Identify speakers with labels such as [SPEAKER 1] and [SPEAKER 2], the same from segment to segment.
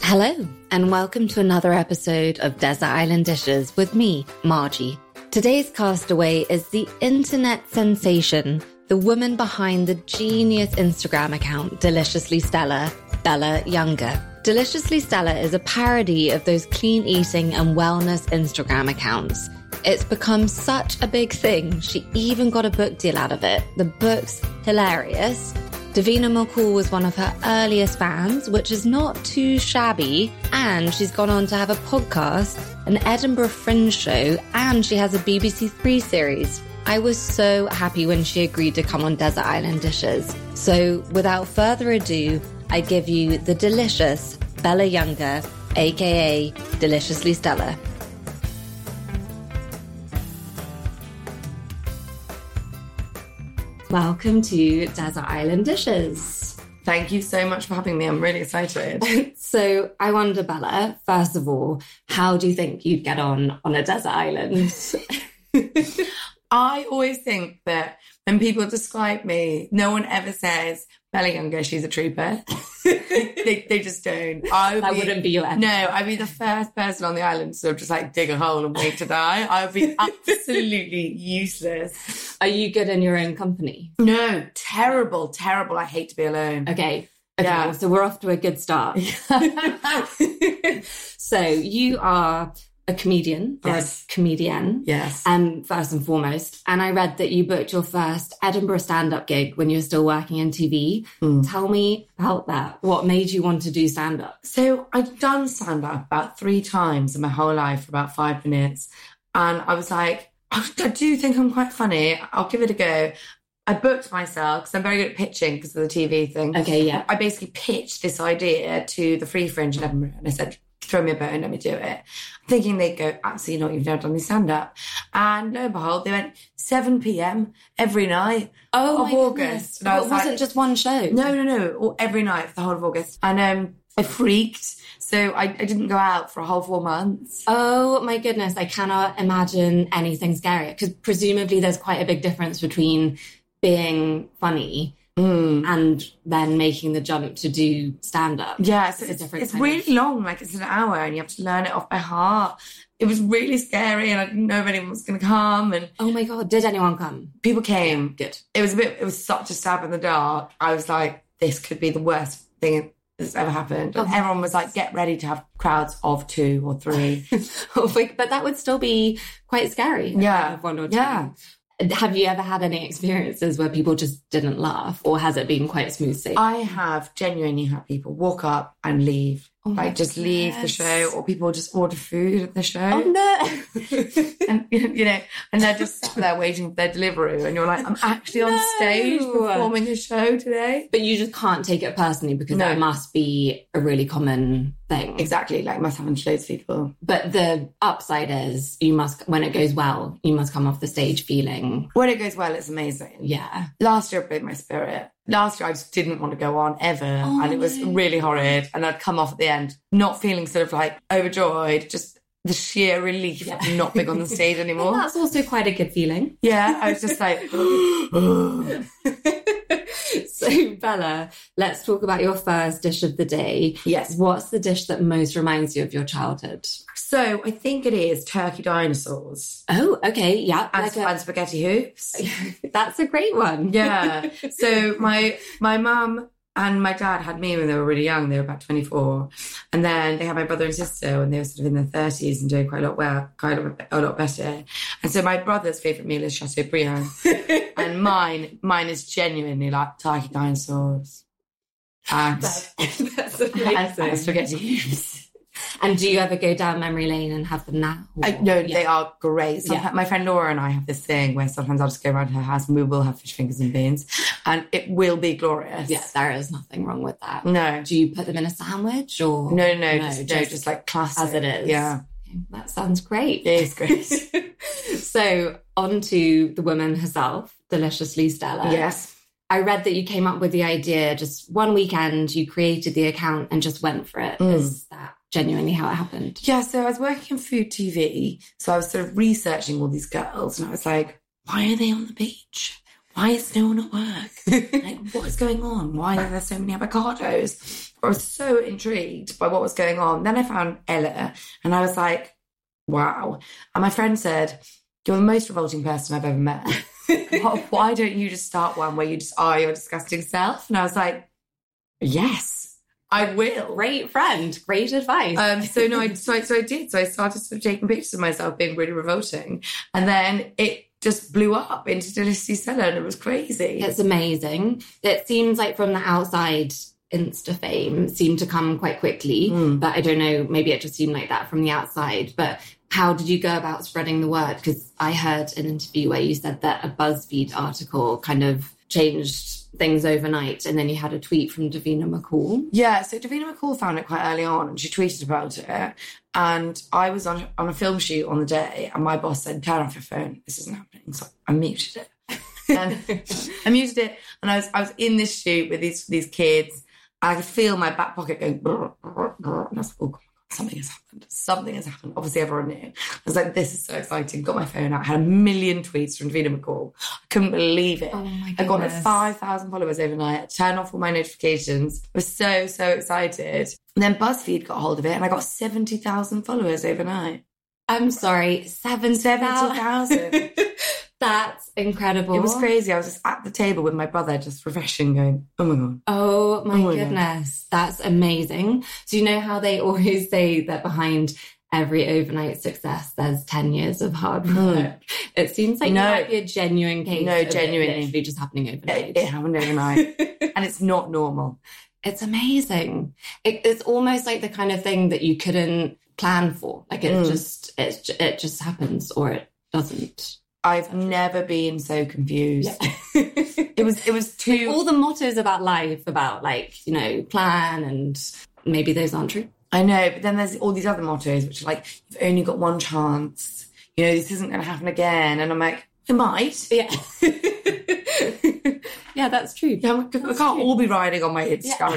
[SPEAKER 1] Hello, and welcome to another episode of Desert Island Dishes with me, Margie. Today's castaway is the internet sensation, the woman behind the genius Instagram account, Deliciously Stella, Bella Younger. Deliciously Stella is a parody of those clean eating and wellness Instagram accounts. It's become such a big thing, she even got a book deal out of it. The book's hilarious. Davina McCall was one of her earliest fans, which is not too shabby. And she's gone on to have a podcast, an Edinburgh Fringe show, and she has a BBC Three series. I was so happy when she agreed to come on Desert Island Dishes. So, without further ado, I give you the delicious Bella Younger, aka Deliciously Stella. Welcome to Desert Island Dishes.
[SPEAKER 2] Thank you so much for having me. I'm really excited.
[SPEAKER 1] So I wonder, Bella, first of all, how do you think you'd get on on a desert island?
[SPEAKER 2] I always think that when people describe me, no one ever says, Bella Younger, she's a trooper. they, they just don't. I would
[SPEAKER 1] That
[SPEAKER 2] be-
[SPEAKER 1] wouldn't be your end.
[SPEAKER 2] No, I'd be the first person on the island to sort of just like dig a hole and wait to die. I would be absolutely useless.
[SPEAKER 1] Are you good in your own company?
[SPEAKER 2] No, terrible, terrible. I hate to be alone.
[SPEAKER 1] Okay. Okay,
[SPEAKER 2] Yeah.
[SPEAKER 1] so we're off to a good start. so you are a comedian, or
[SPEAKER 2] Yes.
[SPEAKER 1] a comedian,
[SPEAKER 2] yes.
[SPEAKER 1] um, first and foremost. And I read that you booked your first Edinburgh stand-up gig when you were still working in TV.
[SPEAKER 2] Mm.
[SPEAKER 1] Tell me about that. What made you want to do stand-up?
[SPEAKER 2] So I'd done stand up about three times in my whole life for about five minutes. And I was like, I I do think I'm quite funny. I'll give it a go. I booked myself because I'm very good at pitching because of the TV thing.
[SPEAKER 1] Okay, yeah.
[SPEAKER 2] I basically pitched this idea to the Free Fringe in Edinburgh and I said, throw me a bone, let me do it. Thinking they'd go, absolutely not, you've never done any stand up. And lo and behold, they went 7 p.m. every night.
[SPEAKER 1] Oh,
[SPEAKER 2] of
[SPEAKER 1] my goodness.
[SPEAKER 2] August. And
[SPEAKER 1] Oh,
[SPEAKER 2] I was
[SPEAKER 1] it wasn't
[SPEAKER 2] like-
[SPEAKER 1] just one show.
[SPEAKER 2] No, no, no, or every night for the whole of August. And um, I freaked. So I, I didn't go out for a whole four months.
[SPEAKER 1] Oh my goodness, I cannot imagine anything scarier because presumably there's quite a big difference between being funny
[SPEAKER 2] Mm.
[SPEAKER 1] and then making the jump to do stand up.
[SPEAKER 2] Yeah,
[SPEAKER 1] It's
[SPEAKER 2] so
[SPEAKER 1] a
[SPEAKER 2] it's,
[SPEAKER 1] different
[SPEAKER 2] it's
[SPEAKER 1] kind
[SPEAKER 2] really
[SPEAKER 1] of-
[SPEAKER 2] long, like it's an hour, and you have to learn it off by heart. It was really scary, and I didn't know if anyone was going to come. And
[SPEAKER 1] Oh my god, did anyone come?
[SPEAKER 2] people came.
[SPEAKER 1] Good.
[SPEAKER 2] It was a bit. It was such a stab in the dark. I was like, this could be the worst thing that's ever happened. And
[SPEAKER 1] Oh.
[SPEAKER 2] everyone was like, get ready to have crowds of two or three.
[SPEAKER 1] Oh my- but that would still be quite scary.
[SPEAKER 2] Yeah.
[SPEAKER 1] Of One or two.
[SPEAKER 2] yeah.
[SPEAKER 1] Have you ever had any experiences where people just didn't laugh or has it been quite smooth sailing?
[SPEAKER 2] I have genuinely had people walk up and leave,
[SPEAKER 1] Oh my
[SPEAKER 2] like just leave the show,
[SPEAKER 1] goodness.
[SPEAKER 2] or people just order food at the show.
[SPEAKER 1] Oh no.
[SPEAKER 2] and you know, and they're just sat there waiting for their delivery, and you're like, I'm actually on
[SPEAKER 1] No.
[SPEAKER 2] stage performing a show today.
[SPEAKER 1] but you just can't take it personally because
[SPEAKER 2] No.
[SPEAKER 1] that must be a really common thing.
[SPEAKER 2] Exactly, like must happen to loads of people.
[SPEAKER 1] But the upside is you must, when it goes well, you must come off the stage feeling,
[SPEAKER 2] When it goes well, it's amazing.
[SPEAKER 1] yeah.
[SPEAKER 2] Last year, it broke my spirit. Last year, I just didn't want to go on ever,
[SPEAKER 1] Oh,
[SPEAKER 2] and it was
[SPEAKER 1] no.
[SPEAKER 2] really horrid. And I'd come off at the end, not feeling sort of like overjoyed, just the sheer relief
[SPEAKER 1] Yeah.
[SPEAKER 2] of not being on the stage
[SPEAKER 1] Well,
[SPEAKER 2] anymore.
[SPEAKER 1] that's also quite a good feeling.
[SPEAKER 2] yeah, I was just like,
[SPEAKER 1] so, Bella, let's talk about your first dish of the day.
[SPEAKER 2] yes.
[SPEAKER 1] What's the dish that most reminds you of your childhood?
[SPEAKER 2] So I think it is turkey dinosaurs
[SPEAKER 1] Oh, okay. Yeah.
[SPEAKER 2] and,
[SPEAKER 1] like a-
[SPEAKER 2] and spaghetti hoops.
[SPEAKER 1] that's a great one.
[SPEAKER 2] Yeah. So my my mum and my dad had me when they were really young. They were about twenty four, and then they had my brother and sister when they were sort of in their thirties and doing quite a lot well, quite a lot, a lot better. And so my brother's favorite meal is Chateaubriand, and mine mine is genuinely like turkey dinosaurs and,
[SPEAKER 1] That- that's
[SPEAKER 2] and, and
[SPEAKER 1] amazing.
[SPEAKER 2] spaghetti hoops.
[SPEAKER 1] And do you ever go down memory lane and have them now?
[SPEAKER 2] I, no,
[SPEAKER 1] Yeah.
[SPEAKER 2] they are great.
[SPEAKER 1] Yeah.
[SPEAKER 2] Sometimes, My friend Laura and I have this thing where sometimes I'll just go around her house and we will have fish fingers and beans, and it will be glorious.
[SPEAKER 1] Yeah, there is nothing wrong with that.
[SPEAKER 2] No,
[SPEAKER 1] Do you put them in a sandwich or?
[SPEAKER 2] no, no, no,
[SPEAKER 1] No,
[SPEAKER 2] just, no,
[SPEAKER 1] just
[SPEAKER 2] just like classic
[SPEAKER 1] as it is.
[SPEAKER 2] Yeah,
[SPEAKER 1] Okay, That sounds great.
[SPEAKER 2] it is great.
[SPEAKER 1] so, on to the woman herself, Deliciously Stella.
[SPEAKER 2] yes,
[SPEAKER 1] I read that you came up with the idea just one weekend, you created the account and just went for it.
[SPEAKER 2] Mm.
[SPEAKER 1] Is that genuinely how it happened?
[SPEAKER 2] yeah. So I was working in food TV, so I was sort of researching all these girls, and I was like, why are they on the beach? why is no one at work? like, what is going on? Why are there so many avocados? I was so intrigued by what was going on. Then I found Ella and I was like, wow. And my friend said, You're the most revolting person I've ever met. Why- why don't you just start one where you just are your disgusting self? And I was like, Yes, I will.
[SPEAKER 3] Great friend. Great advice.
[SPEAKER 2] Um, so no, I, so I so I did. So I started sort of taking pictures of myself being really revolting, and then it just blew up into Dynasty Cellar, and it was crazy.
[SPEAKER 1] It's amazing. It seems like from the outside, Insta fame seemed to come quite quickly.
[SPEAKER 2] Mm.
[SPEAKER 1] But I don't know, maybe it just seemed like that from the outside. But how did you go about spreading the word? Because I heard an interview where you said that a BuzzFeed article kind of changed things overnight. And then you had a tweet from Davina McCall.
[SPEAKER 2] Yeah, so Davina McCall found it quite early on and she tweeted about it. And I was on, on a film shoot on the day, and my boss said, Turn off your phone, this isn't happening. So I muted it. And I muted it, and I was, I was in this shoot with these, these kids. And I could feel my back pocket going, brr, brr, brr. and I was like, Oh, God, something has happened. Something has happened. Obviously, everyone knew. I was like, This is so exciting. Got my phone out, had a million tweets from Davina McCall. I couldn't believe it.
[SPEAKER 1] my
[SPEAKER 2] I got like 5,000 followers overnight. I turned off all my notifications. I was so, so excited. And then BuzzFeed got hold of it and I got 70,000 followers overnight.
[SPEAKER 1] I'm sorry, 70,000.
[SPEAKER 2] 70,000.
[SPEAKER 1] That's incredible.
[SPEAKER 2] it was crazy. I was just at the table with my brother, just refreshing, going, oh my God.
[SPEAKER 1] Oh my
[SPEAKER 2] Oh, yeah.
[SPEAKER 1] goodness, that's amazing. So, you know how they always say that behind every overnight success, there's 10 years of hard work? It seems like
[SPEAKER 2] Hmm. No.
[SPEAKER 1] that might be a genuine case.
[SPEAKER 2] No,
[SPEAKER 1] of it
[SPEAKER 2] genuinely.
[SPEAKER 1] literally just happening overnight.
[SPEAKER 2] It, it happened overnight. and it's not normal.
[SPEAKER 1] It's amazing. It, it's almost like the kind of thing that you couldn't plan for. Like it
[SPEAKER 2] Mm.
[SPEAKER 1] just, it, j- it just happens or it doesn't.
[SPEAKER 2] I've never been so confused.
[SPEAKER 1] it
[SPEAKER 2] It was, it was too.
[SPEAKER 1] all the mottos about life, about like, you know, plan and maybe those aren't true.
[SPEAKER 2] I know, but then there's all these other mottos, which are like, you've only got one chance. You know, this isn't going to happen again. And I'm like, it might.
[SPEAKER 1] Yeah. yeah, that's true.
[SPEAKER 2] Yeah, we, we can't
[SPEAKER 1] That's true.
[SPEAKER 2] all be riding on my Instagram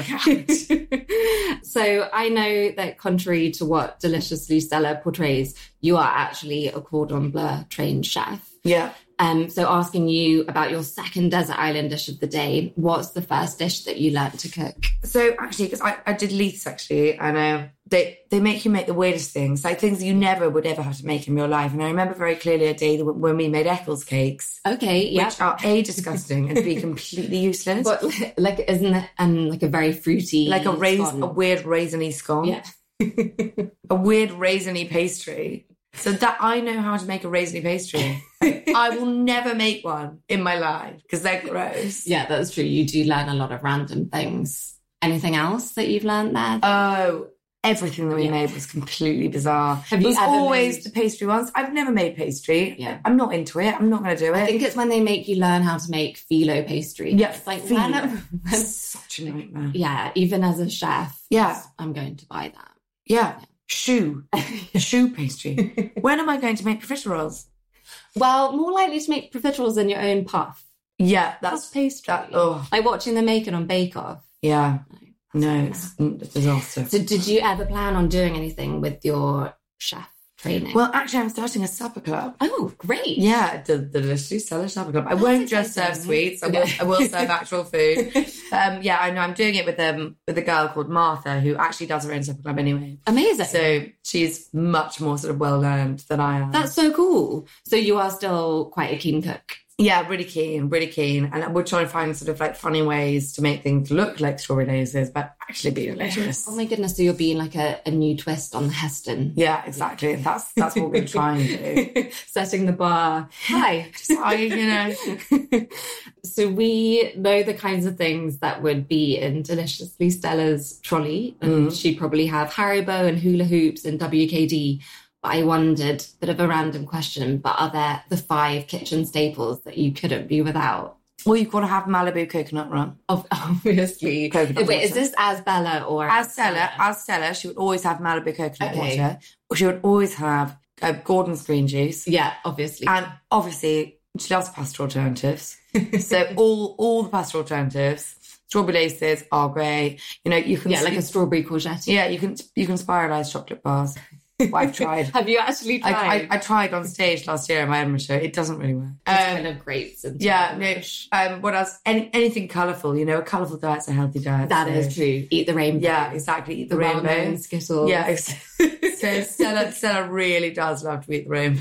[SPEAKER 2] account.
[SPEAKER 1] so I know that contrary to what Deliciously Stella portrays, you are actually a cordon bleu trained chef.
[SPEAKER 2] yeah.
[SPEAKER 1] Um, so asking you about your second desert island dish of the day, what's the first dish that you learned to cook?
[SPEAKER 2] So actually, because I, I did Leiths actually, and uh, they they make you make the weirdest things, like things you never would ever have to make in real life. And I remember very clearly a day that- when we made Eccles cakes,
[SPEAKER 1] Okay, yeah.
[SPEAKER 2] which are a disgusting and b completely useless,
[SPEAKER 1] But like isn't it um like a very fruity
[SPEAKER 2] like a raisin,
[SPEAKER 1] scone?
[SPEAKER 2] a weird raisiny scone,
[SPEAKER 1] Yeah.
[SPEAKER 2] a weird raisiny pastry. So that I know how to make a raisiny pastry. I will never make one in my life because they're gross.
[SPEAKER 1] Yeah, that's true. You do learn a lot of random things. Anything else that you've learned there?
[SPEAKER 2] Oh, everything that we
[SPEAKER 1] Yeah.
[SPEAKER 2] made was completely bizarre.
[SPEAKER 1] Have
[SPEAKER 2] it
[SPEAKER 1] you
[SPEAKER 2] was
[SPEAKER 1] ever
[SPEAKER 2] always
[SPEAKER 1] made-
[SPEAKER 2] the pastry ones. I've never made pastry.
[SPEAKER 1] Yeah.
[SPEAKER 2] I'm not into it. I'm not going to do
[SPEAKER 1] I
[SPEAKER 2] it.
[SPEAKER 1] think it's when they make you learn how to make phyllo pastry.
[SPEAKER 2] Yeah,
[SPEAKER 1] It's like,
[SPEAKER 2] phyllo.
[SPEAKER 1] learn it-
[SPEAKER 2] It's such a nightmare.
[SPEAKER 1] yeah, even as a chef,
[SPEAKER 2] Yeah.
[SPEAKER 1] I'm going to buy that.
[SPEAKER 2] Yeah. Shoe. Shoe pastry. when am I going to make profiteroles?
[SPEAKER 1] Well, more likely to make profiteroles in your own puff.
[SPEAKER 2] Yeah,
[SPEAKER 1] That's
[SPEAKER 2] that's.
[SPEAKER 1] pastry.
[SPEAKER 2] That, oh,
[SPEAKER 1] Like watching them make it on Bake Off.
[SPEAKER 2] yeah. No, it's a disaster.
[SPEAKER 1] So, did you ever plan on doing anything with your chef training?
[SPEAKER 2] Well, actually, I'm starting a supper club.
[SPEAKER 1] oh, great.
[SPEAKER 2] Yeah, the, the Delicious Seller Supper Club. I
[SPEAKER 1] That's
[SPEAKER 2] won't just
[SPEAKER 1] exciting.
[SPEAKER 2] serve sweets. I will,
[SPEAKER 1] Okay.
[SPEAKER 2] I will serve actual food. Um, yeah, I know. I'm doing it with um with a girl called Martha who actually does her own supper club anyway.
[SPEAKER 1] Amazing.
[SPEAKER 2] So she's much more sort of well learned than I am.
[SPEAKER 1] That's so cool. So, you are still quite a keen cook.
[SPEAKER 2] yeah, really keen, really keen. And we're trying to find sort of like funny ways to make things look like strawberry lasers, but actually be delicious.
[SPEAKER 1] Oh my goodness. So, you're being like a, a new twist on the Heston.
[SPEAKER 2] Yeah, exactly. That's that's what we're trying to do.
[SPEAKER 1] Setting the bar high.
[SPEAKER 2] Just, I, you know,
[SPEAKER 1] so we know the kinds of things that would be in Deliciously Stella's trolley. And She'd probably have Haribo and hula hoops and WKD. But I wondered, bit of a random question, but are there the five kitchen staples that you couldn't be without?
[SPEAKER 2] well, you've got to have Malibu coconut rum.
[SPEAKER 1] Ob- Obviously.
[SPEAKER 2] Coconut
[SPEAKER 1] Wait,
[SPEAKER 2] water.
[SPEAKER 1] is this as Bella or
[SPEAKER 2] As Stella, as Stella, she would always have Malibu coconut
[SPEAKER 1] Okay.
[SPEAKER 2] water. She would always have uh, Gordon's green juice.
[SPEAKER 1] Yeah, obviously.
[SPEAKER 2] And obviously, she loves pasta alternatives. so all all the pasta alternatives, strawberry laces are great. You know, you can
[SPEAKER 1] yeah, like a strawberry courgette.
[SPEAKER 2] yeah, you can you can spiralize chocolate bars. Well, I've tried.
[SPEAKER 3] Have you actually
[SPEAKER 2] I,
[SPEAKER 3] tried?
[SPEAKER 2] I, I tried on stage last year at my Edinburgh show. It doesn't really work.
[SPEAKER 1] It's
[SPEAKER 2] Um,
[SPEAKER 1] kind of grapes and
[SPEAKER 2] yeah, no, um, what else? Any, anything colourful, you know, a colourful diet's a healthy diet.
[SPEAKER 3] That
[SPEAKER 2] so-
[SPEAKER 3] is true. Eat the rainbow.
[SPEAKER 2] Yeah, exactly. Eat the,
[SPEAKER 3] The, rainbow
[SPEAKER 2] rainbow.
[SPEAKER 3] and Skittles.
[SPEAKER 2] Yeah, ex- so Stella, Stella really does love to eat the rainbow.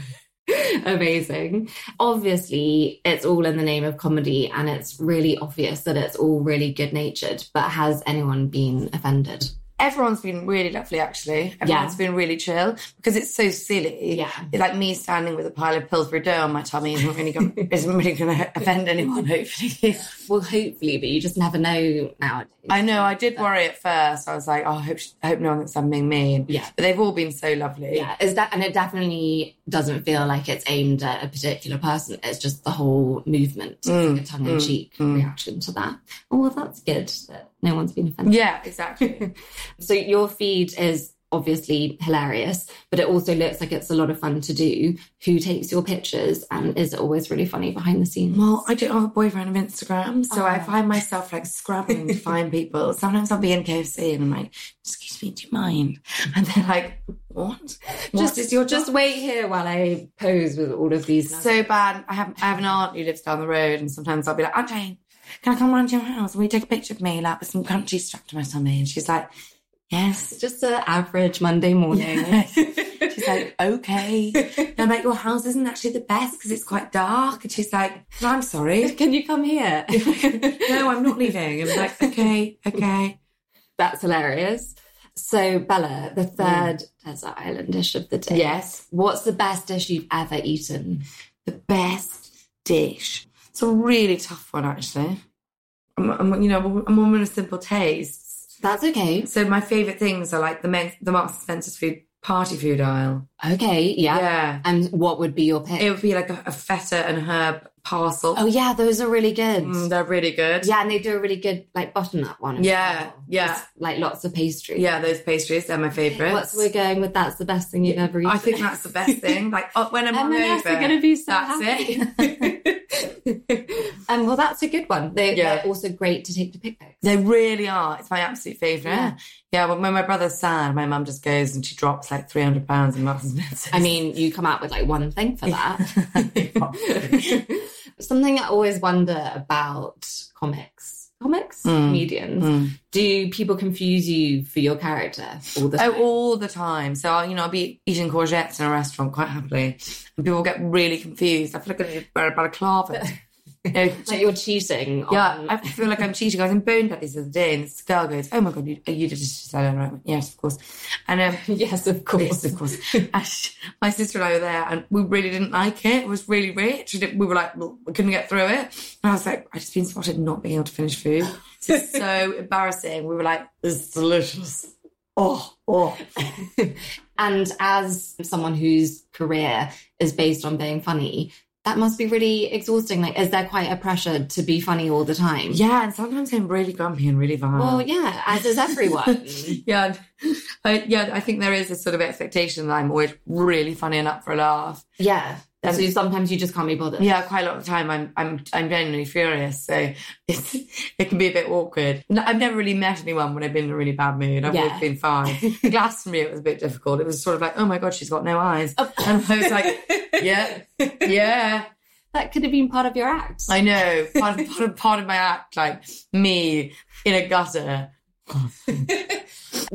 [SPEAKER 1] Amazing. Obviously, it's all in the name of comedy, and it's really obvious that it's all really good natured. But has anyone been offended?
[SPEAKER 2] Everyone's been really lovely, actually. Everyone's been really chill because it's so silly.
[SPEAKER 1] Yeah.
[SPEAKER 2] It's like me standing with a pile of Pillsbury dough on my tummy isn't really going isn't really going to offend anyone. Hopefully,
[SPEAKER 1] Well, hopefully, but you just never know nowadays.
[SPEAKER 2] I know I did worry at first. I was like, oh, I hope she, I hope no one thinks I'm being mean.
[SPEAKER 1] Yeah.
[SPEAKER 2] but they've all been so lovely.
[SPEAKER 1] Yeah, is that and it definitely doesn't feel like it's aimed at a particular person. It's just the whole movement, It's
[SPEAKER 2] Mm,
[SPEAKER 1] like a tongue in cheek
[SPEAKER 2] mm, mm.
[SPEAKER 1] reaction to that. Oh, well, that's good that no one's been offended.
[SPEAKER 2] Yeah, exactly.
[SPEAKER 1] So your feed is obviously hilarious, but it also looks like it's a lot of fun to do. Who takes your pictures and is it always really funny behind the scenes?
[SPEAKER 2] well, I don't have a boyfriend of Instagram, so I
[SPEAKER 1] Oh.
[SPEAKER 2] find myself like scrabbling to find people. Sometimes I'll be in KFC and I'm like, "Excuse me, do you mind?" And they're like, "What?
[SPEAKER 1] just
[SPEAKER 2] What is your
[SPEAKER 1] just wait here while I pose with all of these.
[SPEAKER 2] so bad. I have I have an aunt who lives down the road, and sometimes I'll be like, Aunt Jane, can I come round to your house? Will you take a picture of me, like with some crunchy strapped to my tummy? And she's like, Yes.
[SPEAKER 1] just an average Monday morning.
[SPEAKER 2] she's like, Okay. And I'm like, Your house isn't actually the best because it's quite dark. And she's like, "No, I'm sorry.
[SPEAKER 1] Can you come here?
[SPEAKER 2] No, I'm not leaving. And I'm like, Okay, okay.
[SPEAKER 1] That's hilarious. So, Bella, the third desert island dish of the day.
[SPEAKER 2] Yes.
[SPEAKER 1] What's the best dish you've ever eaten?
[SPEAKER 2] The best dish. It's a really tough one, actually. I'm, I'm you know, I'm a woman of simple tastes.
[SPEAKER 1] That's okay.
[SPEAKER 2] So my favourite things are like the men, the Marks and Spencer's food party food aisle.
[SPEAKER 1] Okay, yeah.
[SPEAKER 2] Yeah.
[SPEAKER 1] And what would be your pick?
[SPEAKER 2] It would be like a, a feta and herb parcel.
[SPEAKER 1] oh, yeah, those are really good.
[SPEAKER 2] Mm, they're really good.
[SPEAKER 1] Yeah, and they do a really good like butternut one. as
[SPEAKER 2] Yeah,
[SPEAKER 1] well.
[SPEAKER 2] yeah.
[SPEAKER 1] Just, like lots of pastry.
[SPEAKER 2] Yeah, those pastries, they're my
[SPEAKER 1] What's
[SPEAKER 2] favourites.
[SPEAKER 1] we're going with? That's the best thing you've ever eaten.
[SPEAKER 2] I think that's the best thing. Like oh, when I'm
[SPEAKER 1] M and S are
[SPEAKER 2] hungover.
[SPEAKER 1] going to be so
[SPEAKER 2] That's
[SPEAKER 1] it. um, well, that's a good one. They,
[SPEAKER 2] Yeah.
[SPEAKER 1] They're also great to take to picnics.
[SPEAKER 2] They really are. It's my absolute favourite.
[SPEAKER 1] Yeah.
[SPEAKER 2] Yeah. well, when my brother's sad, my mum just goes and she drops like three hundred pounds in Marks and Spencer's.
[SPEAKER 1] I mean, you come out with like one thing for that. Something I always wonder about comics, comics,
[SPEAKER 2] Mm.
[SPEAKER 1] comedians.
[SPEAKER 2] Mm.
[SPEAKER 1] Do people confuse you for your character all the time?
[SPEAKER 2] Oh, all the time. So I'll, you know, I'll be eating courgettes in a restaurant quite happily, and people get really confused. I feel like I need to wear a balaclava. You know,
[SPEAKER 1] like you're cheating.
[SPEAKER 2] yeah,
[SPEAKER 1] on...
[SPEAKER 2] I feel like I'm cheating. I was in Bone Daddies the other day, and this girl goes, "Oh my god, you, you did a salad, right? Yes, of course." And um,
[SPEAKER 1] yes, of course.
[SPEAKER 2] yes, of course. And she- my sister and I were there, and we really didn't like it. It was really rich. and it- We were like, well, we couldn't get through it. And I was like, I just been spotted not being able to finish food. It's so embarrassing. We were like, "It's delicious." Oh, oh.
[SPEAKER 1] and as someone whose career is based on being funny, that must be really exhausting. Like, is there quite a pressure to be funny all the time?
[SPEAKER 2] Yeah, and sometimes I'm really grumpy and really violent.
[SPEAKER 1] Well, yeah, as is everyone.
[SPEAKER 2] yeah, I, yeah. I think there is a sort of expectation that I'm always really funny and up for a laugh.
[SPEAKER 1] yeah.
[SPEAKER 2] And-
[SPEAKER 1] so sometimes you just can't be bothered.
[SPEAKER 2] Yeah, quite a lot of the time I'm I'm I'm genuinely furious, so it's it can be a bit awkward. No, I've never really met anyone when I've been in a really bad mood. I've
[SPEAKER 1] Yeah.
[SPEAKER 2] always been fine. Glastonbury, it was a bit difficult. It was sort of like, oh my god, she's got no eyes, and I was like, yeah, yeah.
[SPEAKER 1] That could have been part of your act.
[SPEAKER 2] I know. Part of, part of, part of my act, like me in a gutter.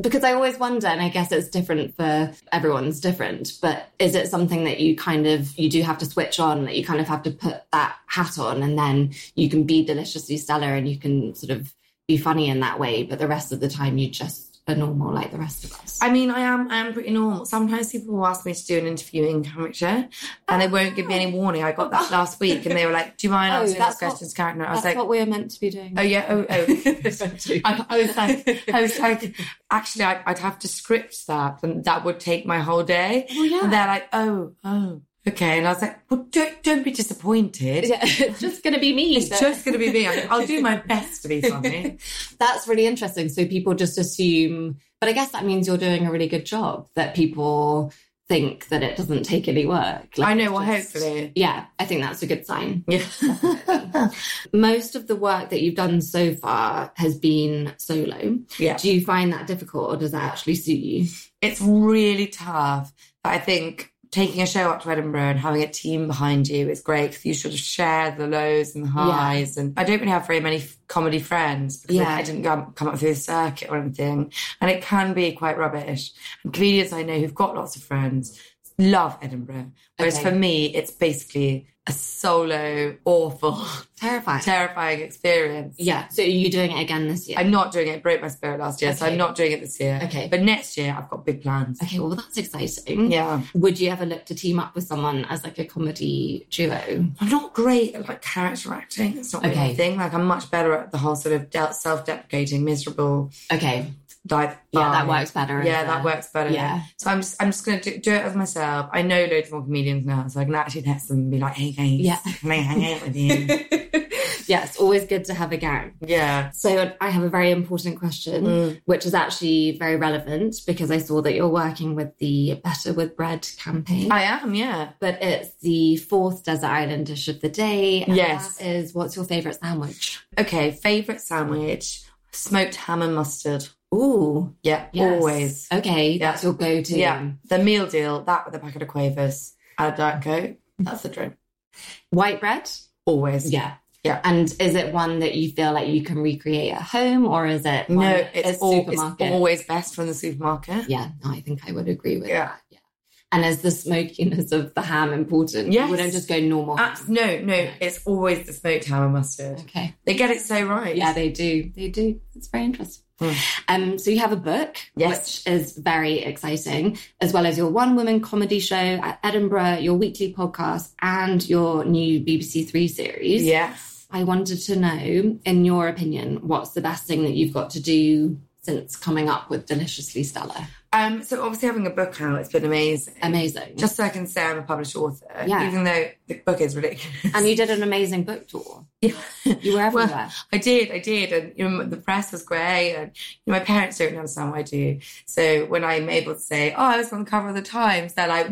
[SPEAKER 1] because I always wonder, and I guess it's different for everyone's different, but is it something that you kind of you do have to switch on, that you kind of have to put that hat on and then you can be deliciously stellar and you can sort of be funny in that way, but the rest of the time you just are normal like the rest of us.
[SPEAKER 2] I mean, I am I am pretty normal. Sometimes people will ask me to do an interview in character, and they won't give me any warning. I got that last week, and they were like, "Do you mind
[SPEAKER 1] Oh,
[SPEAKER 2] answering
[SPEAKER 1] that's
[SPEAKER 2] this question's character?" And I was
[SPEAKER 1] That's
[SPEAKER 2] like,
[SPEAKER 1] what we're meant to be doing.
[SPEAKER 2] "Oh yeah, oh oh." I, I was like, I was like, actually, I, I'd have to script that, and that would take my whole day.
[SPEAKER 1] Well, yeah.
[SPEAKER 2] And they're like, "Oh, oh, okay," and I was like, "Well, don't don't be disappointed.
[SPEAKER 1] yeah, it's just gonna be me.
[SPEAKER 2] It's
[SPEAKER 1] but-
[SPEAKER 2] just going to be me. I'm- I'll do my best to be funny."
[SPEAKER 1] That's really interesting. So people just assume, but I guess that means you're doing a really good job that people think that it doesn't take any work.
[SPEAKER 2] I know. Well,
[SPEAKER 1] just-
[SPEAKER 2] hopefully.
[SPEAKER 1] Yeah, I think that's a good sign.
[SPEAKER 2] Yeah.
[SPEAKER 1] Most of the work that you've done so far has been solo.
[SPEAKER 2] yeah.
[SPEAKER 1] Do you find that difficult or does that actually suit you?
[SPEAKER 2] It's really tough. But I think taking a show up to Edinburgh and having a team behind you is great because you sort of share the lows and the highs. And I don't really have very many f- comedy friends because
[SPEAKER 1] Yeah.
[SPEAKER 2] I didn't go, come up through the circuit or anything. And it can be quite rubbish. And comedians I know who've got lots of friends love Edinburgh. Whereas
[SPEAKER 1] Okay.
[SPEAKER 2] for me, it's basically a solo, awful,
[SPEAKER 1] Terrifying.
[SPEAKER 2] terrifying experience.
[SPEAKER 1] yeah. So are you doing it again this year?
[SPEAKER 2] I'm not doing it. It broke my spirit last year, so
[SPEAKER 1] Okay.
[SPEAKER 2] I'm not doing it this year.
[SPEAKER 1] Okay.
[SPEAKER 2] But next year, I've got big plans.
[SPEAKER 1] okay, well, that's exciting.
[SPEAKER 2] Yeah.
[SPEAKER 1] Would you ever look to team up with someone as like a comedy duo?
[SPEAKER 2] I'm not great at like character acting. It's not really
[SPEAKER 1] Okay.
[SPEAKER 2] my thing. Like I'm much better at the whole sort of de- self-deprecating, miserable.
[SPEAKER 1] Okay.
[SPEAKER 2] Like,
[SPEAKER 1] Yeah, that
[SPEAKER 2] vibe.
[SPEAKER 1] works better.
[SPEAKER 2] Yeah,
[SPEAKER 1] as a-
[SPEAKER 2] that works better.
[SPEAKER 1] Yeah.
[SPEAKER 2] So I'm just I'm just gonna do, do it as myself. I know loads more comedians now, so I can actually text them and be like, "Hey guys,
[SPEAKER 1] Yeah.
[SPEAKER 2] can I hang out with you?"
[SPEAKER 1] yeah, it's always good to have a gang.
[SPEAKER 2] yeah.
[SPEAKER 1] So I have a very important question,
[SPEAKER 2] Mm.
[SPEAKER 1] which is actually very relevant because I saw that you're working with the Better with Bread campaign.
[SPEAKER 2] I am. Yeah.
[SPEAKER 1] but it's the fourth desert island dish of the day. and
[SPEAKER 2] Yes.
[SPEAKER 1] that is what's your favorite sandwich?
[SPEAKER 2] Okay. Favorite sandwich: smoked ham and mustard.
[SPEAKER 1] Ooh,
[SPEAKER 2] Yeah.
[SPEAKER 1] yes.
[SPEAKER 2] Always.
[SPEAKER 1] okay.
[SPEAKER 2] Yeah.
[SPEAKER 1] That's your go-to.
[SPEAKER 2] Yeah, the meal deal, that with a packet of Quavers and a Diet Coke. That's the drink.
[SPEAKER 1] white bread.
[SPEAKER 2] Always.
[SPEAKER 1] Yeah,
[SPEAKER 2] Yeah.
[SPEAKER 1] And is it one that you feel like you can recreate at home, or is it one
[SPEAKER 2] No,
[SPEAKER 1] that
[SPEAKER 2] it's,
[SPEAKER 1] is
[SPEAKER 2] all, it's
[SPEAKER 1] supermarket?
[SPEAKER 2] always best from the supermarket.
[SPEAKER 1] yeah, no, I think I would agree with
[SPEAKER 2] Yeah.
[SPEAKER 1] that. Yeah. And is the smokiness of the ham important?
[SPEAKER 2] Yes.
[SPEAKER 1] You wouldn't just go normal.
[SPEAKER 2] Abs-
[SPEAKER 1] ham.
[SPEAKER 2] Uh, no, no, it's always the smoked ham and mustard.
[SPEAKER 1] Okay.
[SPEAKER 2] They get it so right.
[SPEAKER 1] Yeah, they do. They do. It's very interesting.
[SPEAKER 2] Hmm.
[SPEAKER 1] Um, so you have a book,
[SPEAKER 2] Yes.
[SPEAKER 1] which is very exciting, as well as your one woman comedy show at Edinburgh, your weekly podcast, and your new BBC Three series.
[SPEAKER 2] Yes.
[SPEAKER 1] I wanted to know, in your opinion, what's the best thing that you've got to do since coming up with Deliciously Stellar?
[SPEAKER 2] Um, so obviously having a book out, it's been amazing.
[SPEAKER 1] Amazing.
[SPEAKER 2] Just so I can say I'm a published author,
[SPEAKER 1] Yeah.
[SPEAKER 2] even though the book is ridiculous.
[SPEAKER 1] and you did an amazing book tour.
[SPEAKER 2] Yeah.
[SPEAKER 1] You were
[SPEAKER 2] Well,
[SPEAKER 1] everywhere.
[SPEAKER 2] I did, I did, and you know, the press was great, and you know, my parents don't understand what I do. So when I'm able to say, "Oh, I was on the cover of the Times," they're like,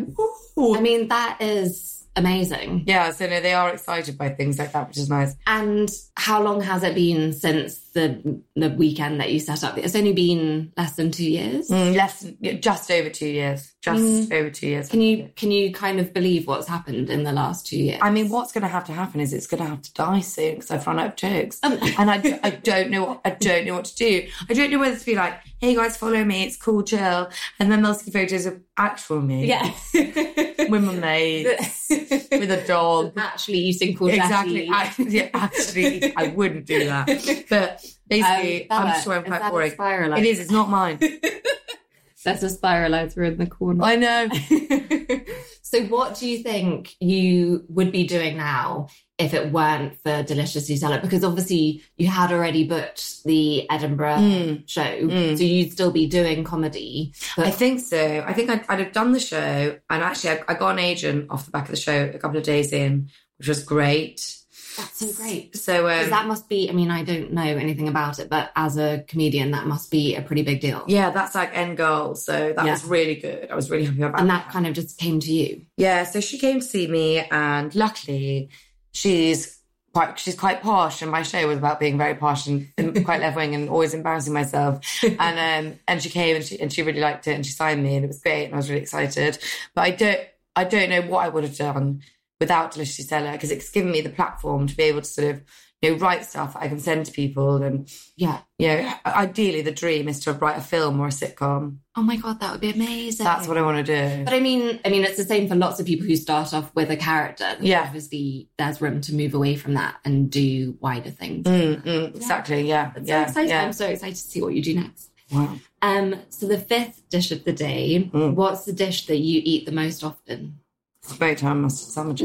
[SPEAKER 2] "Woo!"
[SPEAKER 1] I mean, that is amazing.
[SPEAKER 2] yeah, so no, they are excited by things like that, which is nice.
[SPEAKER 1] And how long has it been since the the weekend that you set up? It's only been less than two years.
[SPEAKER 2] Mm, less, than- yeah, just over two years, just
[SPEAKER 1] Mm.
[SPEAKER 2] over two years.
[SPEAKER 1] Can you can you kind of believe what's happened in the last two years?
[SPEAKER 2] I mean, what's going to have to happen is it's going to have to die soon because I've run out of jokes,
[SPEAKER 1] Um,
[SPEAKER 2] and I, d- I don't know what I don't know what to do. I don't know whether to be like, "Hey guys, follow me, it's cool, chill," and then they'll see photos of actual me,
[SPEAKER 1] yeah.
[SPEAKER 2] with my mates, with a dog,
[SPEAKER 1] actually eating cool
[SPEAKER 2] Exactly. I, yeah, actually, I wouldn't do that.
[SPEAKER 1] Um,
[SPEAKER 2] But basically, I'm sure I'm quite boring.
[SPEAKER 1] Spiralizer?
[SPEAKER 2] It is. It's not mine.
[SPEAKER 1] There's a spiralizer in the corner.
[SPEAKER 2] I know.
[SPEAKER 1] so, what do you think you would be doing now if it weren't for Deliciously Salad? Because obviously, you had already booked the Edinburgh
[SPEAKER 2] Mm.
[SPEAKER 1] show,
[SPEAKER 2] Mm.
[SPEAKER 1] so you'd still be doing comedy.
[SPEAKER 2] I think so. I think I'd, I'd have done the show, and actually, I, I got an agent off the back of the show a couple of days in, which was great.
[SPEAKER 1] That's so great.
[SPEAKER 2] So,
[SPEAKER 1] 'Cause
[SPEAKER 2] um,
[SPEAKER 1] that must be, I mean, I don't know anything about it, but as a comedian, that must be a pretty big deal.
[SPEAKER 2] yeah, that's like end goal. So that
[SPEAKER 1] Yeah.
[SPEAKER 2] was really good. I was really happy about
[SPEAKER 1] And that kind of just came to you.
[SPEAKER 2] Yeah, so she came to see me, and luckily, she's quite she's quite posh, and my show was about being very posh and, and quite left wing and always embarrassing myself. And um, and she came and she and she really liked it, and she signed me, and it was great, and I was really excited. But I don't I don't know what I would have done without Deliciously Stellar because it's given me the platform to be able to sort of you know write stuff that I can send to people, and
[SPEAKER 1] Yeah.
[SPEAKER 2] you know ideally the dream is to write a film or a sitcom.
[SPEAKER 1] Oh my God, that would be amazing.
[SPEAKER 2] That's what I want to do.
[SPEAKER 1] But I mean, I mean, it's the same for lots of people who start off with a character.
[SPEAKER 2] Yeah.
[SPEAKER 1] Obviously, there's room to move away from that and do wider things.
[SPEAKER 2] Mm, mm, exactly. Yeah.
[SPEAKER 1] It's
[SPEAKER 2] yeah.
[SPEAKER 1] so exciting.
[SPEAKER 2] Yeah.
[SPEAKER 1] I'm so excited to see what you do next.
[SPEAKER 2] Wow.
[SPEAKER 1] Um, so the fifth dish of the day,
[SPEAKER 2] Mm.
[SPEAKER 1] what's the dish that you eat the most often?
[SPEAKER 2] Great time mustard sandwich.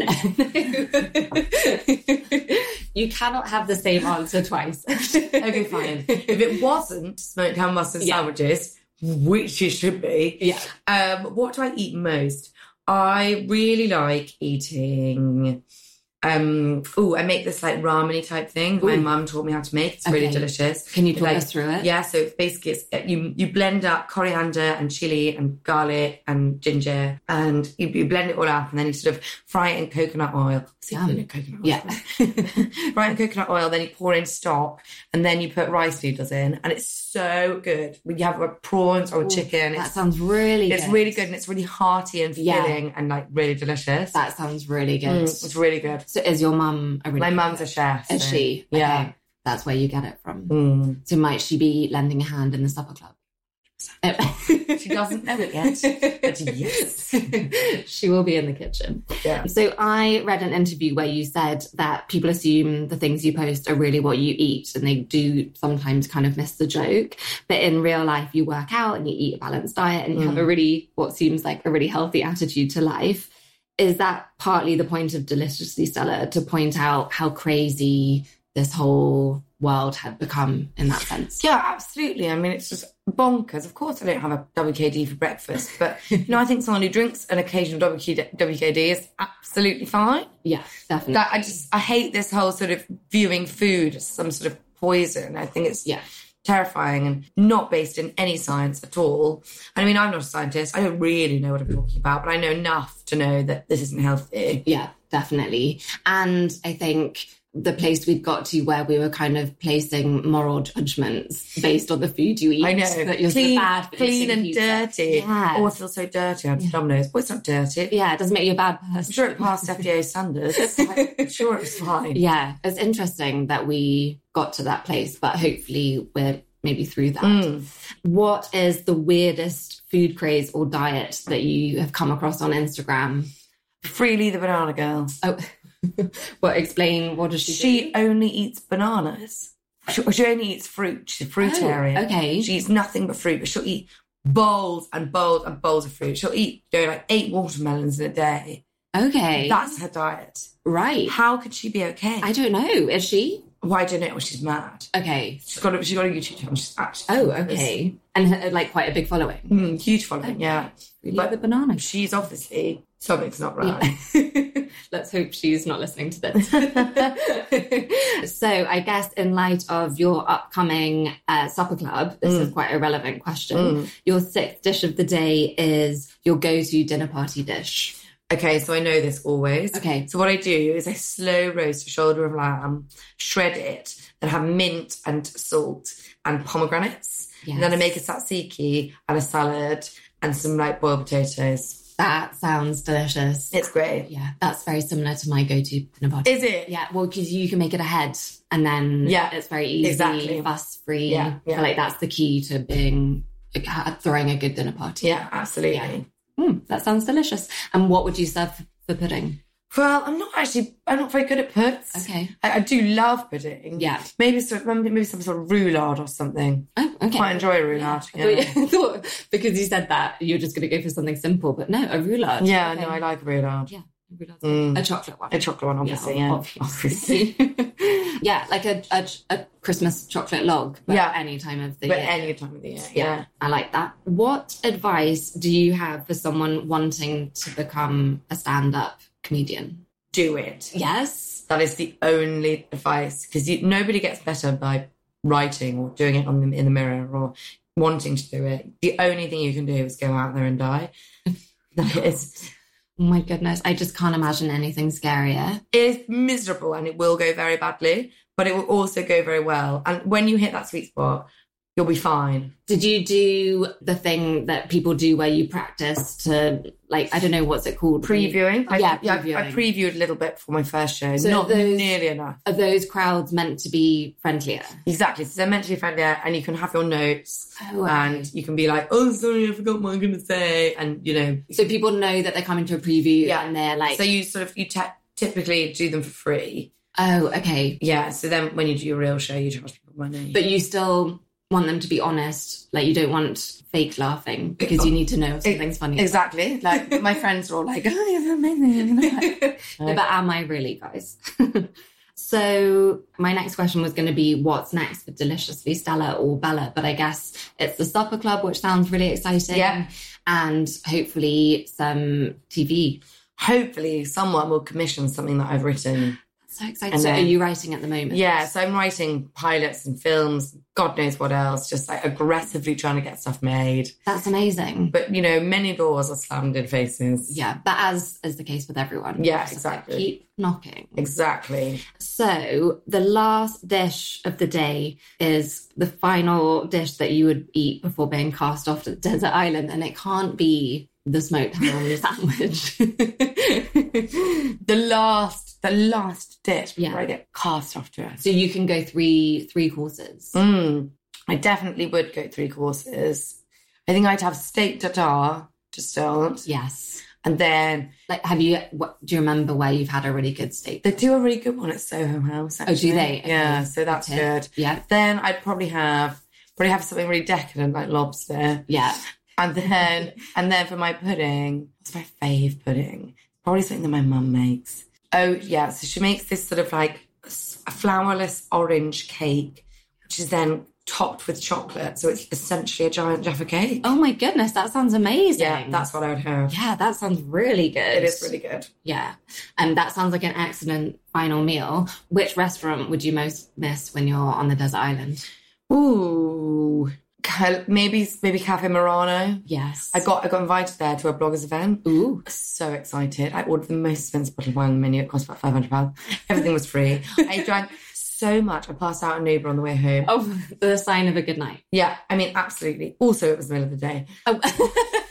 [SPEAKER 1] you cannot have the same answer twice.
[SPEAKER 2] okay, fine. If it wasn't smoked ham mustard
[SPEAKER 1] Yeah.
[SPEAKER 2] sandwiches, which it should be,
[SPEAKER 1] Yeah.
[SPEAKER 2] um, what do I eat most? I really like eating um oh I make this like rameny type thing. My
[SPEAKER 1] Ooh.
[SPEAKER 2] mum taught me how to make. It's really
[SPEAKER 1] Okay.
[SPEAKER 2] delicious.
[SPEAKER 1] Can you talk
[SPEAKER 2] Like,
[SPEAKER 1] us through it?
[SPEAKER 2] Yeah, so it's basically it's uh, you you blend up coriander and chili and garlic and ginger and you, you blend it all up and then you sort of fry it in coconut oil. See,
[SPEAKER 1] Yum.
[SPEAKER 2] in coconut oil.
[SPEAKER 1] Yeah.
[SPEAKER 2] fry it in coconut oil, then you pour in stock and then you put rice noodles in and it's so good. When you have like prawns or
[SPEAKER 1] Ooh,
[SPEAKER 2] chicken,
[SPEAKER 1] That
[SPEAKER 2] it's,
[SPEAKER 1] sounds really
[SPEAKER 2] it's
[SPEAKER 1] good.
[SPEAKER 2] really good and it's really hearty and
[SPEAKER 1] Yeah.
[SPEAKER 2] filling and like really delicious.
[SPEAKER 1] That sounds really
[SPEAKER 2] Mm,
[SPEAKER 1] good.
[SPEAKER 2] it's really good.
[SPEAKER 1] So is your mum a really
[SPEAKER 2] My
[SPEAKER 1] good
[SPEAKER 2] mum's a
[SPEAKER 1] cook?
[SPEAKER 2] chef.
[SPEAKER 1] Is
[SPEAKER 2] so-
[SPEAKER 1] she?
[SPEAKER 2] Yeah.
[SPEAKER 1] Okay. That's where you get it from.
[SPEAKER 2] Mm.
[SPEAKER 1] So might she be lending a hand in the supper club?
[SPEAKER 2] She doesn't know it yet. but yes.
[SPEAKER 1] she will be in the kitchen.
[SPEAKER 2] Yeah.
[SPEAKER 1] So I read an interview where you said that people assume the things you post are really what you eat, and they do sometimes kind of miss the joke. But in real life, you work out and you eat a balanced diet, and you
[SPEAKER 2] Mm.
[SPEAKER 1] have a really what seems like a really healthy attitude to life. Is that partly the point of Deliciously Stellar to point out how crazy this whole world had become in that sense?
[SPEAKER 2] Yeah, absolutely. I mean, it's just bonkers. Of course, I don't have a WKD for breakfast, but you know, I think someone who drinks an occasional WKD, WKD is absolutely fine.
[SPEAKER 1] Yeah, definitely.
[SPEAKER 2] That I just I hate this whole sort of viewing food as some sort of poison. I think it's
[SPEAKER 1] Yeah.
[SPEAKER 2] terrifying and not based in any science at all. I mean, I'm not a scientist. I don't really know what I'm talking about, but I know enough to know that this isn't healthy.
[SPEAKER 1] Yeah, definitely. And I think the place we'd got to where we were kind of placing moral judgments based on the food you eat.
[SPEAKER 2] I know.
[SPEAKER 1] That you're so
[SPEAKER 2] clean,
[SPEAKER 1] bad for
[SPEAKER 2] clean
[SPEAKER 1] eating
[SPEAKER 2] and
[SPEAKER 1] pizza.
[SPEAKER 2] dirty.
[SPEAKER 1] Yeah.
[SPEAKER 2] Oh, I feel so dirty. I'm Domino's. Well, it's not dirty.
[SPEAKER 1] Yeah, it doesn't make you a bad person.
[SPEAKER 2] I'm sure it passed FDA standards. I'm sure it's fine.
[SPEAKER 1] Yeah, it's interesting that we got to that place, but hopefully we're maybe through that.
[SPEAKER 2] Mm.
[SPEAKER 1] What is the weirdest food craze or diet that you have come across on Instagram?
[SPEAKER 2] Freely the banana girl.
[SPEAKER 1] Oh, well, explain what does she,
[SPEAKER 2] She
[SPEAKER 1] do?
[SPEAKER 2] only eats bananas. She, she only eats fruit. She's a fruitarian.
[SPEAKER 1] Oh, okay.
[SPEAKER 2] She eats nothing but fruit, but she'll eat bowls and bowls and bowls of fruit. She'll eat you know, like eight watermelons in a day.
[SPEAKER 1] okay.
[SPEAKER 2] That's her diet.
[SPEAKER 1] right.
[SPEAKER 2] How could she be okay?
[SPEAKER 1] I don't know. Is she?
[SPEAKER 2] Why do you know? She's mad.
[SPEAKER 1] Okay.
[SPEAKER 2] She's got a, she's got a YouTube channel. She's actually
[SPEAKER 1] Oh, okay. And uh, like quite a big following.
[SPEAKER 2] Mm, huge following. Yeah,
[SPEAKER 1] Really
[SPEAKER 2] But-
[SPEAKER 1] the banana.
[SPEAKER 2] she's obviously something's not right.
[SPEAKER 1] Yeah. Let's hope she's not listening to this. so, I guess in light of your upcoming uh, supper club, this is quite a relevant question. Your sixth dish of the day is your go-to dinner party dish.
[SPEAKER 2] Okay, so I know this always.
[SPEAKER 1] Okay.
[SPEAKER 2] So what I do is I slow roast a shoulder of lamb, shred it, then have mint and salt and pomegranates. And then I
[SPEAKER 1] Yes.
[SPEAKER 2] make a tzatziki and a salad and some like boiled potatoes.
[SPEAKER 1] That sounds delicious.
[SPEAKER 2] It's great.
[SPEAKER 1] yeah, that's very similar to my go-to dinner party.
[SPEAKER 2] Is it?
[SPEAKER 1] Yeah, well, because you can make it ahead, and then
[SPEAKER 2] Yeah,
[SPEAKER 1] it's very easy,
[SPEAKER 2] exactly.
[SPEAKER 1] fuss free.
[SPEAKER 2] Yeah, yeah.
[SPEAKER 1] I feel like that's the key to being throwing a good dinner party.
[SPEAKER 2] Yeah, absolutely.
[SPEAKER 1] Yeah. Mm, that sounds delicious. And what would you serve for, for pudding?
[SPEAKER 2] Well, I'm not actually I'm not very good at puts.
[SPEAKER 1] Okay,
[SPEAKER 2] I, I do love pudding.
[SPEAKER 1] yeah.
[SPEAKER 2] Maybe sort of, maybe some sort of roulade or something.
[SPEAKER 1] Oh, okay.
[SPEAKER 2] Quite enjoy a roulade.
[SPEAKER 1] I
[SPEAKER 2] Yeah,
[SPEAKER 1] thought- I thought because you said that you're just going to go for something simple, but no, a roulade.
[SPEAKER 2] Yeah,
[SPEAKER 1] Okay.
[SPEAKER 2] no, I like a roulade.
[SPEAKER 1] Yeah, a roulade.
[SPEAKER 2] Mm.
[SPEAKER 1] A chocolate one.
[SPEAKER 2] A chocolate one, obviously.
[SPEAKER 1] Yeah,
[SPEAKER 2] Yeah, obviously.
[SPEAKER 1] obviously. yeah, like a, a a Christmas chocolate log. but
[SPEAKER 2] Yeah.
[SPEAKER 1] any time of the
[SPEAKER 2] But
[SPEAKER 1] year.
[SPEAKER 2] any time of the year.
[SPEAKER 1] Yeah,
[SPEAKER 2] yeah.
[SPEAKER 1] I like that. What advice do you have for someone wanting to become a stand up comedian?
[SPEAKER 2] do it.
[SPEAKER 1] Yes.
[SPEAKER 2] That is the only advice because nobody gets better by writing or doing it on the, in the mirror or wanting to do it. The only thing you can do is go out there and die. That is,
[SPEAKER 1] Oh my goodness. I just can't imagine anything scarier.
[SPEAKER 2] is miserable and it will go very badly, but it will also go very well. And when you hit that sweet spot, you'll be fine.
[SPEAKER 1] Did you do the thing that people do where you practice to, like, I don't know, what's it called?
[SPEAKER 2] Previewing, I,
[SPEAKER 1] Yeah,
[SPEAKER 2] I- I
[SPEAKER 1] previewing.
[SPEAKER 2] previewed a little bit for my first show,
[SPEAKER 1] So
[SPEAKER 2] not
[SPEAKER 1] those-
[SPEAKER 2] nearly enough.
[SPEAKER 1] Are those crowds meant to be friendlier?
[SPEAKER 2] Exactly. So they're mentally friendly, and you can have your notes,
[SPEAKER 1] Oh,
[SPEAKER 2] and you can be like, "Oh, sorry, I forgot what I'm going to say," and you know,
[SPEAKER 1] So people know that they're coming to a preview
[SPEAKER 2] Yeah.
[SPEAKER 1] and they're like,
[SPEAKER 2] so you sort of you te- typically do them for free.
[SPEAKER 1] oh, okay.
[SPEAKER 2] Yeah. So then when you do your real show, you charge people money.
[SPEAKER 1] But you still want them to be honest. Like, you don't want fake laughing because
[SPEAKER 2] Oh.
[SPEAKER 1] you need to know if something's funny.
[SPEAKER 2] exactly. Like my friends are all like, "Oh, you're amazing." And I'm like,
[SPEAKER 1] No, but am I really, guys? so my next question was going to be what's next for Deliciously Stella or Bella, but I guess it's the supper club, which sounds really exciting.
[SPEAKER 2] Yeah.
[SPEAKER 1] And hopefully some TV.
[SPEAKER 2] hopefully someone will commission something that I've written.
[SPEAKER 3] So excited.
[SPEAKER 2] And
[SPEAKER 3] so
[SPEAKER 2] then-
[SPEAKER 3] are you writing at the moment?
[SPEAKER 2] Yeah, so I'm writing pilots and films, God knows what else, just like aggressively trying to get stuff made.
[SPEAKER 3] That's amazing.
[SPEAKER 2] But you know, many doors are slammed in faces.
[SPEAKER 3] Yeah, but as is the case with everyone.
[SPEAKER 2] Yeah,
[SPEAKER 3] it's just like,
[SPEAKER 2] exactly.
[SPEAKER 3] Keep knocking.
[SPEAKER 2] Exactly.
[SPEAKER 3] So the last dish of the day is the final dish that you would eat before being cast off to the desert island, and it can't be the smoked ham sandwich.
[SPEAKER 2] The last, the last dish
[SPEAKER 3] Yeah.
[SPEAKER 2] before I get cast off to us.
[SPEAKER 3] so you can go three three courses.
[SPEAKER 2] Mm, I definitely would go three courses. I think I'd have steak tartare to start,
[SPEAKER 3] Yes.
[SPEAKER 2] and then
[SPEAKER 3] Like, have you? What, do you remember where you've had a really good steak?
[SPEAKER 2] they do a really good one at Soho House.
[SPEAKER 3] Oh, do
[SPEAKER 2] actually.
[SPEAKER 3] they?
[SPEAKER 2] Yeah,
[SPEAKER 3] Okay.
[SPEAKER 2] so that's
[SPEAKER 3] Okay.
[SPEAKER 2] good.
[SPEAKER 3] yeah,
[SPEAKER 2] Then I'd probably have probably have something really decadent like lobster,
[SPEAKER 3] yeah.
[SPEAKER 2] and then and then for my pudding, what's my fave pudding? Probably something that my mum makes. Oh yeah, so she makes this sort of like s- a flourless orange cake, which is then topped with chocolate. So it's essentially a giant jaffa cake.
[SPEAKER 3] Oh my goodness, that sounds amazing.
[SPEAKER 2] yeah, that's what I would have.
[SPEAKER 3] yeah, that sounds really good.
[SPEAKER 2] It is really good.
[SPEAKER 3] Yeah. And that sounds like an excellent final meal. Which restaurant would you most miss when you're on the desert island?
[SPEAKER 2] Ooh, Ca- maybe maybe Cafe Morano.
[SPEAKER 3] Yes.
[SPEAKER 2] I got I got invited there to a bloggers event.
[SPEAKER 3] Ooh.
[SPEAKER 2] so excited. I ordered the most expensive bottle of wine on the menu. It cost about five hundred pounds. Everything was free. I drank so much. I passed out in an Uber on the way home.
[SPEAKER 3] Oh, the sign of a good night.
[SPEAKER 2] Yeah, I mean, absolutely. Also, it was the middle of the day.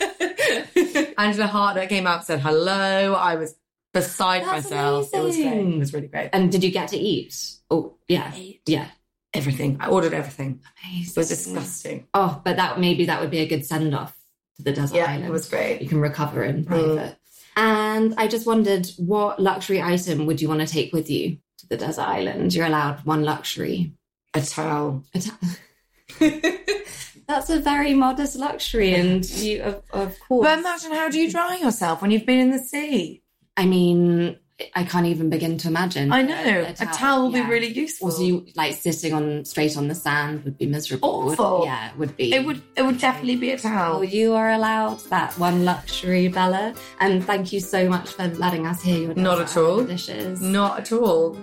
[SPEAKER 3] Oh.
[SPEAKER 2] Angela Hartnett came out, said hello. I was beside
[SPEAKER 3] That's
[SPEAKER 2] myself. It was great.
[SPEAKER 3] amazing.
[SPEAKER 2] It was really great.
[SPEAKER 3] and did you get to eat? Oh, yeah. Yeah.
[SPEAKER 2] Everything. I ordered everything.
[SPEAKER 3] Amazing.
[SPEAKER 2] It was disgusting.
[SPEAKER 3] Oh, but that maybe that would be a good send off to the desert
[SPEAKER 2] Yeah,
[SPEAKER 3] island.
[SPEAKER 2] it was
[SPEAKER 3] You
[SPEAKER 2] great. Mm.
[SPEAKER 3] can recover in private. And I just wondered what luxury item would you want to take with you to the desert island? You're allowed one luxury.
[SPEAKER 2] A towel.
[SPEAKER 3] That's a very modest luxury, and you, of, of course.
[SPEAKER 2] But imagine how do you dry yourself when you've been in the sea?
[SPEAKER 3] I mean, I can't even begin to imagine.
[SPEAKER 2] I know. Mm. A towel, will
[SPEAKER 3] yeah.
[SPEAKER 2] be really useful.
[SPEAKER 3] Also, you like sitting on straight on the sand would be miserable. would-
[SPEAKER 2] Awful.
[SPEAKER 3] yeah, it would be.
[SPEAKER 2] it would it would definitely be a
[SPEAKER 3] Well,
[SPEAKER 2] towel.
[SPEAKER 3] you are allowed that one luxury, Bella. And thank you so much for letting us hear your
[SPEAKER 2] Not
[SPEAKER 3] desert
[SPEAKER 2] at all.
[SPEAKER 3] dishes.
[SPEAKER 2] Not at all.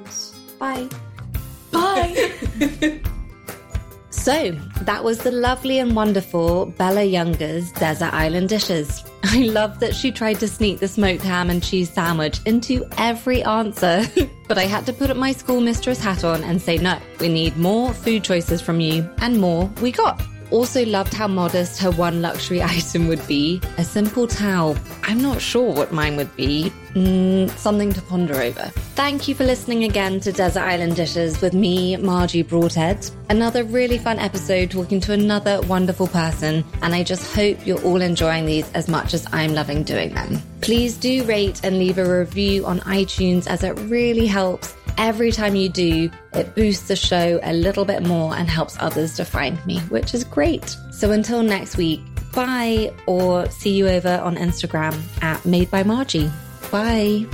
[SPEAKER 3] Bye.
[SPEAKER 2] Bye.
[SPEAKER 1] So that was the lovely and wonderful Bella Younger's Desert Island Dishes. I love that she tried to sneak the smoked ham and cheese sandwich into every answer, but I had to put up my school mistress hat on and say, no, we need more food choices from you, and more we got. Also loved how modest her one luxury item would be a simple towel. I'm not sure what mine would be. Mm, something to ponder over. Thank you for listening again to Desert Island Dishes with me, Margie Broadhead. Another really fun episode talking to another wonderful person, and I just hope you're all enjoying these as much as I'm loving doing them. Please do rate and leave a review on iTunes as it really helps. Every time you do, it boosts the show a little bit more and helps others to find me, which is great. So until next week, bye, or see you over on Instagram at Made by Margie. Bye.